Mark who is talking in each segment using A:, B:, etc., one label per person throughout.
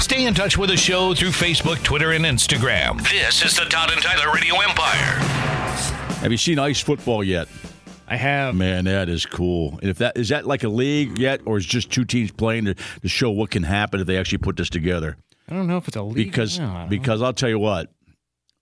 A: Stay in touch with the show through Facebook, Twitter, and Instagram. This is the Todd and Tyler Radio Empire.
B: Have you seen ice football yet?
C: I have.
B: Man, that is cool. And if that is that like a league yet, or is just two teams playing to, to show what can happen if they actually put this together?
C: I don't know if it's a league.
B: Because
C: now, I don't know.
B: because I'll tell you what,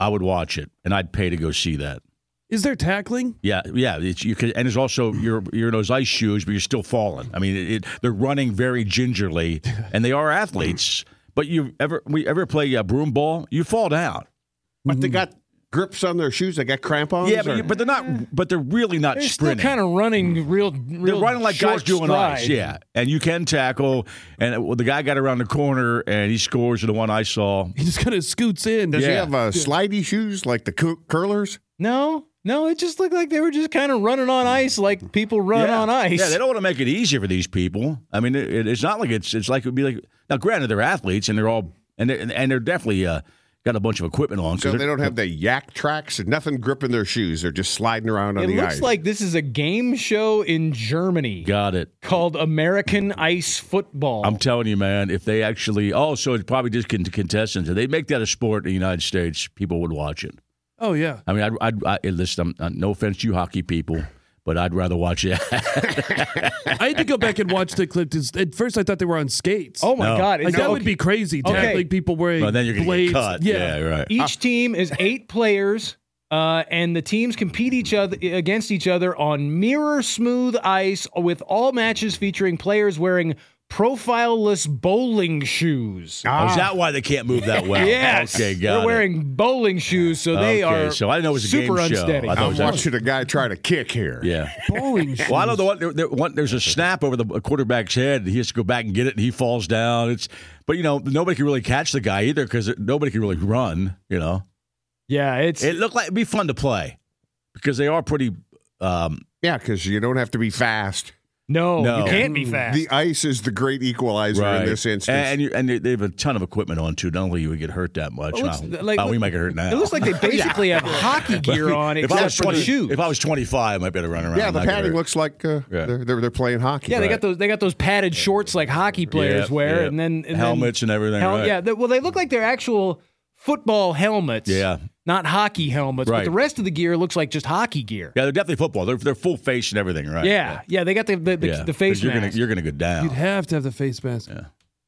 B: I would watch it and I'd pay to go see that.
D: Is there tackling?
B: Yeah, yeah. It's, you can, and it's also you're you're in those ice shoes, but you're still falling. I mean, it, it, they're running very gingerly, and they are athletes. But you ever we ever play uh, broom ball? You fall down.
D: But they got grips on their shoes. They got crampons.
B: Yeah, but, you, but they're not. But they're really not
C: they're still
B: sprinting.
C: kind of
D: Mm.
C: running real,
B: They're
C: real
B: running like guys
C: short
B: doing
C: stride.
B: ice, yeah. And you can tackle. And uh, well, the guy got around the corner and he scores the one I saw.
D: he just kind of scoots in.
B: Does
D: Does
B: he
D: he
B: Yeah.
D: have
B: have,
D: a
B: uh,
D: slidey shoes like the curlers?
C: No, no, it just looked like they were just kind of running on ice, like people run
B: yeah.
C: on ice.
B: Yeah, they don't want to make it easier for these people. I mean, it, it- it's not like it's it's like it would be like now. Granted, they're athletes and they're all and they're, and they're definitely uh, got a bunch of equipment on.
D: So they don't have the yak tracks. Nothing gripping their shoes. They're just sliding around on
C: It
D: the
C: looks
D: ice.
C: like this is a game show in Germany
B: got it.
C: called American Ice Football.
B: I'm telling you, man. If they actually, oh, so it's probably just con- contestants. If they make that a sport in the United States, people would watch it.
D: oh yeah.
B: I mean, I'd, I'd, I and listen. I'm, uh, no offense to you, hockey people, but I'd rather watch that.
E: I had to go back and watch the clip. At first, I thought they were on skates.
C: oh my
B: No.
C: God!
E: like,
C: It's
E: that
C: okay.
E: would be crazy.
C: Okay.
E: Tackling people wearing
B: but then you're gonna
E: blades.
B: get cut.
E: Yeah. E-
B: right.
C: Each team is eight players, uh, and the teams compete each other against each other on mirror smooth ice, with all matches featuring players wearing profileless bowling shoes.
B: Oh, is that why they can't move that well?
C: Ah. Yes,
B: Okay, got
C: they're
B: it.
C: wearing bowling shoes, so
B: Okay,
C: they are
B: so I didn't know it was a game
C: super
B: show.
C: unsteady.
B: I thought it
D: I'm
B: was
D: watching a guy try to kick here.
B: Yeah.
E: Bowling shoes.
B: Well, I don't know what, there, there, one- there's a snap over the quarterback's head. And he has to go back and get it, and he falls down. It's but you know nobody can really catch the guy either because nobody can really run. You know,
C: yeah, it's
B: it looked like it'd be fun to play because they are pretty. Um,
D: Yeah, because you don't have to be fast.
C: no,
B: No. Mm.
C: you can't be fast.
D: The ice is the great equalizer in this instance.
B: and, and, you, and they- they have a ton of equipment on too. I don't think you would get hurt that much.
C: It looks
B: Wow.
C: like-
B: Wow, Oh, we might get hurt now.
C: it looks like they basically have hockey gear on,
B: if I
C: except
B: was
C: for
B: 20,
C: the shoes.
B: if I was 25, I might better run around.
D: yeah,
B: and
D: the
B: not get
D: padding
B: hurt.
D: looks like uh,
B: Yeah.
D: they're, they're they're playing hockey.
C: Yeah, they got those. They got those padded shorts like hockey players
B: Yep,
C: wear,
B: yep.
C: and then and
B: Helmets
C: then,
B: and everything,
C: Hel-
B: right.
C: Yeah, they- well, they look like they're actual football helmets.
B: Yeah.
C: not hockey helmets. But
B: Right.
C: the rest of the gear looks like just hockey gear.
B: Yeah, they're definitely football. They're, they're full face and everything, right?
C: Yeah, yeah, they got the the, the,
B: Yeah.
C: the face
B: 'Cause you're
C: mask.
B: Gonna, you're going to go down.
E: You'd have to have the face mask. Yeah.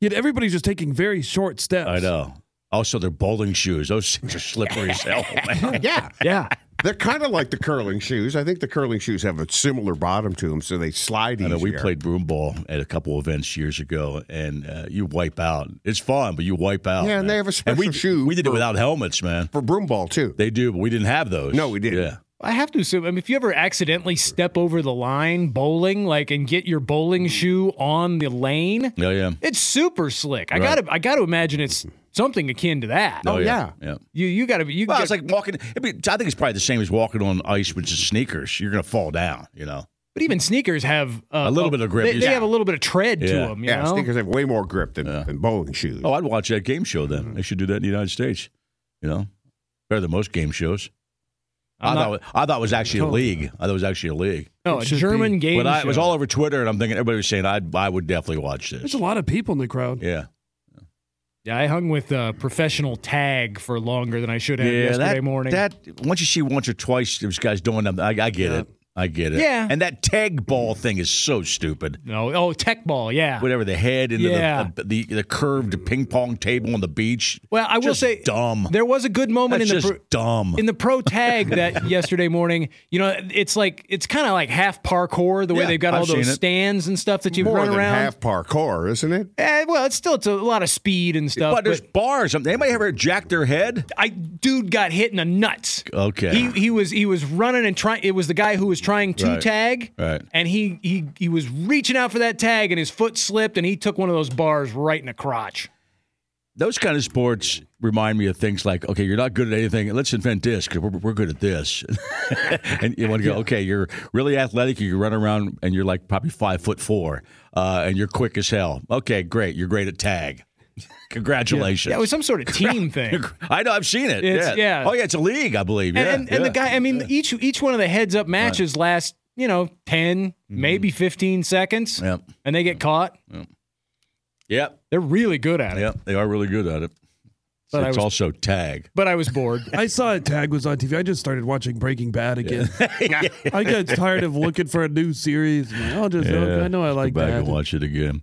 E: Yet everybody's just taking very short steps.
B: I know. Also, their bowling shoes. Those things are slippery as hell. man.
D: yeah.
C: yeah,
D: They're kind of like the curling shoes. I think the curling shoes have a similar bottom to them, so they slide
B: I
D: easier.
B: know we played broom ball at a couple events years ago, and uh, you wipe out. It's fun, but you wipe out.
D: Yeah, and
B: man.
D: they have a
B: And we,
D: special shoe
B: We did it
D: for-
B: without helmets, man.
D: for broom ball too.
B: They do, but we didn't have those.
D: No, we didn't.
B: Yeah,
C: I have to assume. I mean, if you ever accidentally step over the line bowling, like and get your bowling shoe on the lane,
B: Oh, yeah, yeah.
C: it's super slick. I
B: Right.
C: gotta I gotta imagine it's something akin to that.
D: Oh, yeah.
B: Yeah.
C: You you got to be. You
B: Well,
C: gotta-
B: it's like walking. it'd be- I think it's probably the same as walking on ice with just sneakers. You're going to fall down, you know.
C: but even sneakers have uh,
B: A little bit of grip.
C: They, they
B: Yeah.
C: have a little bit of tread to
B: Yeah.
C: them. You
D: Yeah,
C: know?
D: sneakers have way more grip than, than bowling shoes.
B: Oh, I'd watch that game show then. They should do that in the United States, you know. Better than most game shows. I
C: I'm not-
B: thought, I thought it was actually a league. I thought it was actually a league.
C: no, Oh, a
E: It should
C: German
E: be.
C: game.
B: but I, it was
C: show.
B: all over Twitter, and I'm thinking everybody was saying I I would definitely watch
E: There's
B: this.
E: a lot of people in the crowd.
B: Yeah,
C: Yeah, I hung with uh, professional tag for longer than I should have yesterday
B: that,
C: morning.
B: That once you see once or twice, those guys doing them. I, I get it. I get it.
C: Yeah.
B: And that tag ball thing is so stupid.
C: no, oh, tech ball. Yeah.
B: Whatever the head into
C: Yeah.
B: the, the the curved ping pong table on the beach.
C: Well, I will
B: Just
C: say
B: dumb.
C: There was a good moment
B: That's
C: in the
B: just
C: pro-
B: dumb.
C: in the pro tag that yesterday morning. You know, it's like it's kind of like half parkour the way
B: Yeah,
C: they've got
B: I've
C: all those
B: seen it.
C: stands and stuff that you've
D: more
C: run
D: than
C: around.
D: half parkour, isn't it?
C: Eh, well, it's still it's a lot of speed and stuff.
B: but
C: But,
B: there's bars. Anybody ever jack their head?
C: I dude got hit in the nuts.
B: Okay.
C: He he was he was running and trying. It was the guy who was trying to
B: Right.
C: tag,
B: Right.
C: and he he he was reaching out for that tag, and his foot slipped, and he took one of those bars right in the crotch.
B: Those kind of sports remind me of things like, okay, you're not good at anything. Let's invent this because we're, we're good at this. and you want to go, okay, you're really athletic. You can run around and you're like probably five foot four uh, and you're quick as hell. Okay, great. You're great at tag. Congratulations.
C: Yeah, it was some sort of team thing.
B: I know. I've seen it.
C: It's-
B: yeah.
C: yeah.
B: Oh, yeah. It's a league, I believe.
C: And,
B: yeah,
C: and, and the
B: yeah.
C: guy, I mean, each each one of the heads up matches last, you know, 10, maybe 15 seconds.
B: Mm-hmm. Yep.
C: And they get caught.
B: Yep.
C: They're really good at it.
B: Yep. They are really good at it.
C: But I
B: it's
C: was-
B: also tag.
C: But I was bored.
E: I saw a tag was on TV. I just started watching Breaking Bad again. I got tired of looking for a new series. man. I'll just, I know I
B: Let's go
E: like
B: back
E: that.
B: and watch it again.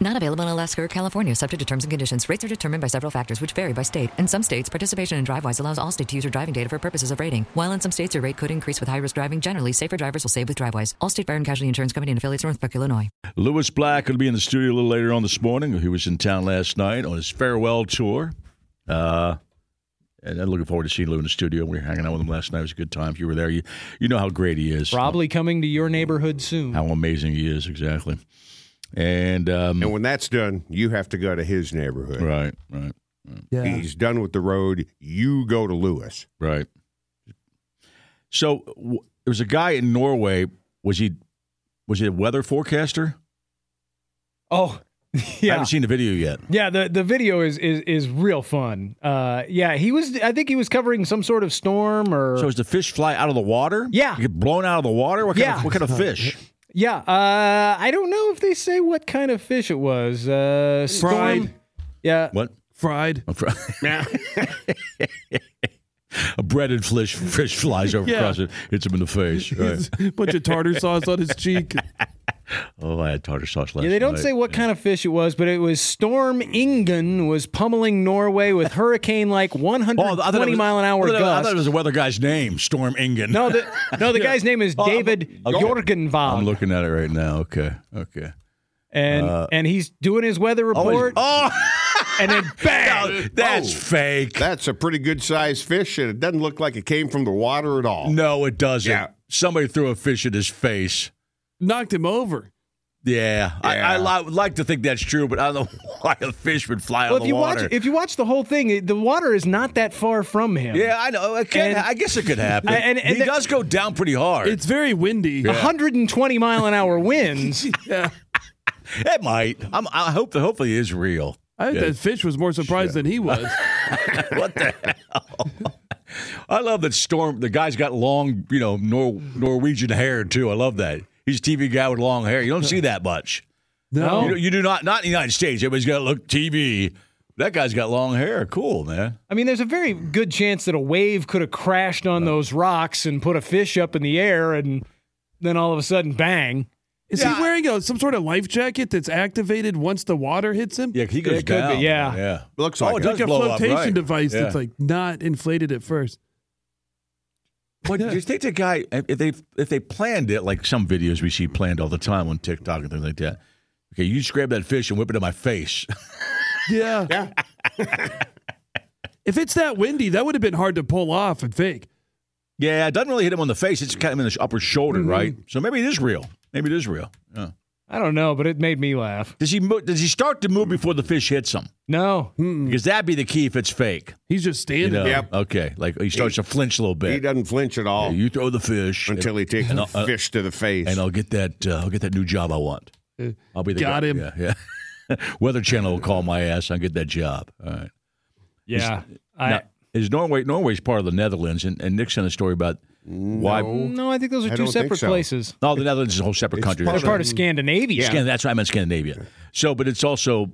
F: Not available in Alaska or California, subject to terms and conditions. Rates are determined by several factors, which vary by state. In some states, participation in DriveWise allows all state to use your driving data for purposes of rating, while in some states, your rate could increase with high risk driving. Generally, safer drivers will save with DriveWise. Allstate Fire and Casualty Insurance Company and affiliates, Northbrook, Illinois.
B: Lewis Black will be in the studio a little later on this morning. He was in town last night on his farewell tour. Uh, and I'm looking forward to seeing Lou in the studio. We were hanging out with him last night. It was a good time. If you were there, you you know how great he is.
C: Probably coming to your neighborhood soon.
B: How amazing he is, exactly. And, um,
D: And when that's done, you have to go to his neighborhood.
B: right, right,
E: Yeah.
D: He's done with the road. You go to Lewis.
B: right. So w- there was a guy in Norway. Was he was he a weather forecaster?
C: Oh,
B: I
C: yeah.
B: haven't seen the video yet.
C: Yeah, the, the video is, is is real fun. Uh, yeah, he was. I think he was covering some sort of storm or
B: So does the fish fly out of the water?
C: Yeah.
B: You get blown out of the water? What kind,
C: Yeah.
B: of, what kind of fish?
C: yeah. Uh, I don't know if they say what kind of fish it was. Uh, storm.
E: Fried.
C: Yeah,
B: What?
E: Fried.
B: I'm fr- a breaded fish fish flies over
E: Yeah.
B: across it, hits him in the face. Right.
E: bunch of tartar sauce on his cheek.
B: oh, I had tartar sauce last.
C: Yeah, they don't
B: night.
C: say what kind of fish it was, but it was Storm Ingen was pummeling Norway with hurricane like
B: Oh, I thought it
C: 120
B: was-
C: mile an
B: I
C: hour
B: thought it- I thought it
C: gust.
B: was the weather guy's name, Storm Ingen.
C: No, the, no, the guy's name is
B: Oh, I'm-
C: David
B: okay. I'm
C: Jorgenvald,
B: looking at it right now. Okay, okay.
C: and and he's doing his weather report,
B: Oh,
C: and then bang,
B: no, that's
D: Oh.
B: fake.
D: That's a pretty good sized fish, and it doesn't look like it came from the water at all.
B: no, it doesn't.
D: Yeah.
B: Somebody threw a fish at his face.
E: Knocked him over.
B: Yeah, I, I
D: Yeah.
B: li- would like to think that's true, but I don't know why a fish would fly out
C: Well,
B: of
C: if
B: the
C: you
B: water.
C: watch if you watch the whole thing, it- the water is not that far from him.
B: yeah, I know. It can,
C: And-
B: I guess it could happen.
C: And- and- and
B: he
C: the-
B: does go down pretty hard.
E: It's very windy.
C: 120 mile an hour winds.
E: Yeah.
B: It might. I'm, I hope the hopefully it is real.
E: I think that fish was more surprised than he was.
B: what the hell? I love that storm. The guy's got long, you know, Nor- Norwegian hair too. I love that. He's a TV guy with long hair. You don't see that much.
C: No.
B: you, do- you do not. Not in the United States. Everybody's got to look TV. That guy's got long hair. Cool, man.
C: I mean, there's a very good chance that a wave could have crashed on those rocks and put a fish up in the air, and then all of a sudden, bang.
E: Is he wearing a, some sort of life jacket that's activated once the water hits him?
B: Yeah, he goes
E: it could
B: down.
E: Be, yeah.
B: yeah.
D: Looks
E: oh,
B: like
E: it's
B: it.
E: like
B: Does
E: a
B: blow up,
E: flotation
B: right.
E: device that's
B: Yeah.
E: like not inflated at first.
B: But do you think the guy if they if they planned it like some videos we see planned all the time on TikTok and things like that? Okay, you just grab that fish and whip it in my face.
E: Yeah.
D: Yeah.
E: if it's that windy, that would have been hard to pull off and fake.
B: yeah, it doesn't really hit him on the face. It's kind of in his upper shoulder,
D: Mm-hmm.
B: right? So maybe it is real. Maybe it is real. Yeah.
C: I don't know, but it made me laugh.
B: Does he mo- does he start to move before the fish hits him?
C: No,
B: because that'd be the key if it's fake.
E: He's just standing.
B: You know,
D: Mm. Yep.
B: Okay. Like he starts to flinch a little bit.
D: He doesn't flinch at all
B: you throw the fish
D: until he takes
B: and
D: the
B: I'll- uh,
D: fish to the face.
B: and I'll get that. Uh, I'll get that new job I want.
E: Uh,
B: I'll be the
E: Got
B: guy.
E: him.
B: Yeah, yeah. Weather Channel will call my ass. I'll get that job. All right.
C: Yeah. I,
B: Now, is Norway? Norway's part of the Netherlands, and, and Nick sent a story about why.
C: no, I think those are
D: I
C: two
D: don't think
C: separate
D: so.
C: places.
B: No, the Netherlands is a whole separate
D: It's
B: country.
D: part
C: They're
B: That's
C: part
B: right.
C: of Scandinavia.
B: Scan- that's why I meant Scandinavia. So, but it's also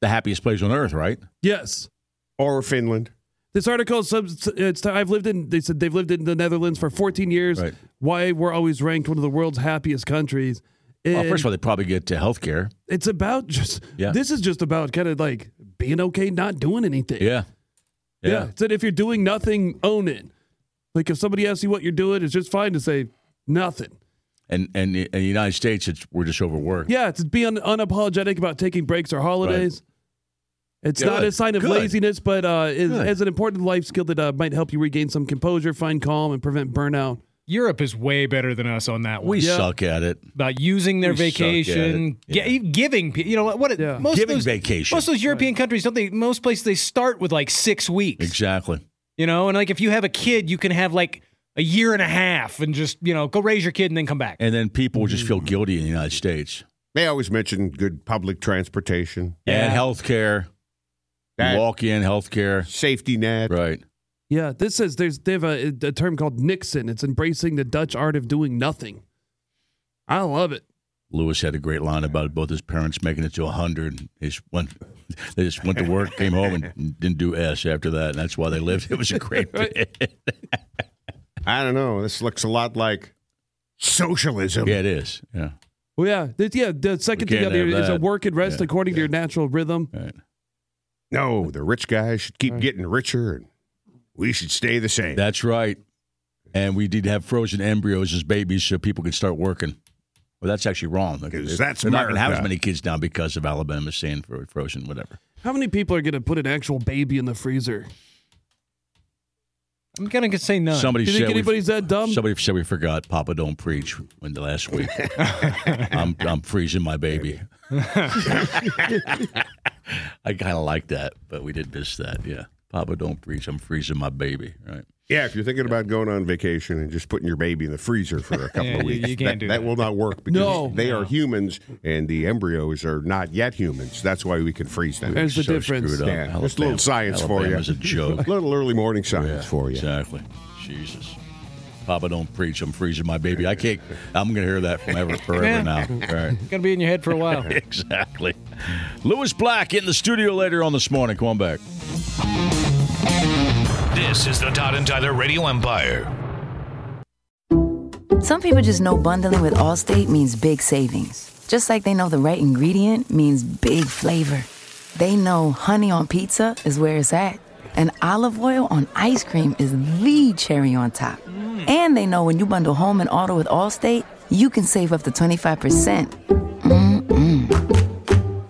B: the happiest place on earth, right?
E: Yes.
D: or Finland.
E: This article subs it's I've lived in they said they've lived in the Netherlands for 14 years.
B: Right.
E: Why we're always ranked one of the world's happiest countries.
B: Well,
E: And
B: first of all, they probably get uh, health care.
E: it's about just
B: Yeah.
E: this is just about kind of like being okay not doing anything.
B: Yeah.
E: Yeah.
B: Yeah.
E: It said if you're doing nothing, own it. Like if somebody asks you what you're doing, it's just fine to say nothing.
B: And and in the United States, it's we're just overworked.
E: Yeah, it's being unapologetic about taking breaks or holidays. It's not
B: Good.
E: a sign of
B: Good.
E: laziness, but uh, is,
B: Good.
E: as an important life skill that uh, might help you regain some composure, find calm, and prevent burnout.
C: Europe is way better than us on that one.
B: We
E: Yeah.
B: suck at it.
C: About using their
B: We suck at
C: vacation,
B: it. Yeah.
C: gi- giving pe- you know what? what it-
E: Yeah.
C: most of
B: Giving
C: those,
B: vacation.
C: Most of those European countries don't they? Most places they start with like six weeks.
B: Exactly.
C: You know, and like if you have a kid, you can have like a year and a half and just, you know, go raise your kid and then come back.
B: And then people just
E: Mm.
B: feel guilty in the United States.
D: They always mention good public transportation,
B: And health care.
D: That-
B: Walk in health care.
D: safety net.
B: Right.
E: Yeah, this says there's they have a, a term called Nixon. It's embracing the Dutch art of doing nothing. I love it.
B: Lewis had a great line about both his parents making it to 100. They just went, they just went to work, came home, and didn't do S after that. And that's why they lived. It was a great bit.
D: I don't know. This looks a lot like socialism.
B: Yeah, it is. Yeah.
E: Well, yeah, th- yeah. The second thing
B: can't
E: out there
B: have
E: is a
B: that.
E: work and rest
B: Yeah,
E: according to your natural rhythm.
B: Right.
D: No, the rich guys should keep getting richer, and we should stay the same.
B: That's right. And we did have frozen embryos as babies so people could start working. Well, that's actually wrong. Like,
D: 'Cause
B: they're-
D: that's
B: they're not going to have as
D: America.
B: many kids now because of Alabama saying fro- frozen, whatever.
E: How many people are going to put an actual baby in the freezer?
C: I'm going to say none.
B: Somebody
E: Do you think
B: said we-
E: anybody's that dumb?
B: Somebody said we forgot Papa Don't Preach when the last week. I'm, I'm freezing my baby. I kind of like that, but we did miss that. Yeah. Papa Don't Preach, I'm freezing my baby. Right.
D: Yeah, if you're thinking about going on vacation and just putting your baby in the freezer for a couple
C: Yeah,
D: of
C: you-
D: weeks,
C: you can't
D: that,
C: do that.
D: will not work because
E: No.
D: they are humans and the embryos are not yet humans. That's why we can freeze them.
E: There's the
B: So
E: difference.
B: screwed up.
D: Yeah, just a little
B: Alabama-
D: science for you.
B: Alabama's a joke.
D: A little early morning science
B: Yeah,
D: for you.
B: Exactly. Jesus. Papa Don't Preach, I'm freezing my baby. I can't, I'm going to hear that from ever, forever
C: Yeah.
B: now. All right.
C: going to be in your head for a while.
B: Exactly. Lewis Black in the studio later on this morning. Come on back.
A: This is the Todd and Tyler Radio Empire.
G: Some people just know bundling with Allstate means big savings. Just like they know the right ingredient means big flavor. They know honey on pizza is where it's at, and olive oil on ice cream is the cherry on top. And they know when you bundle home and auto with Allstate, you can save up to 25%.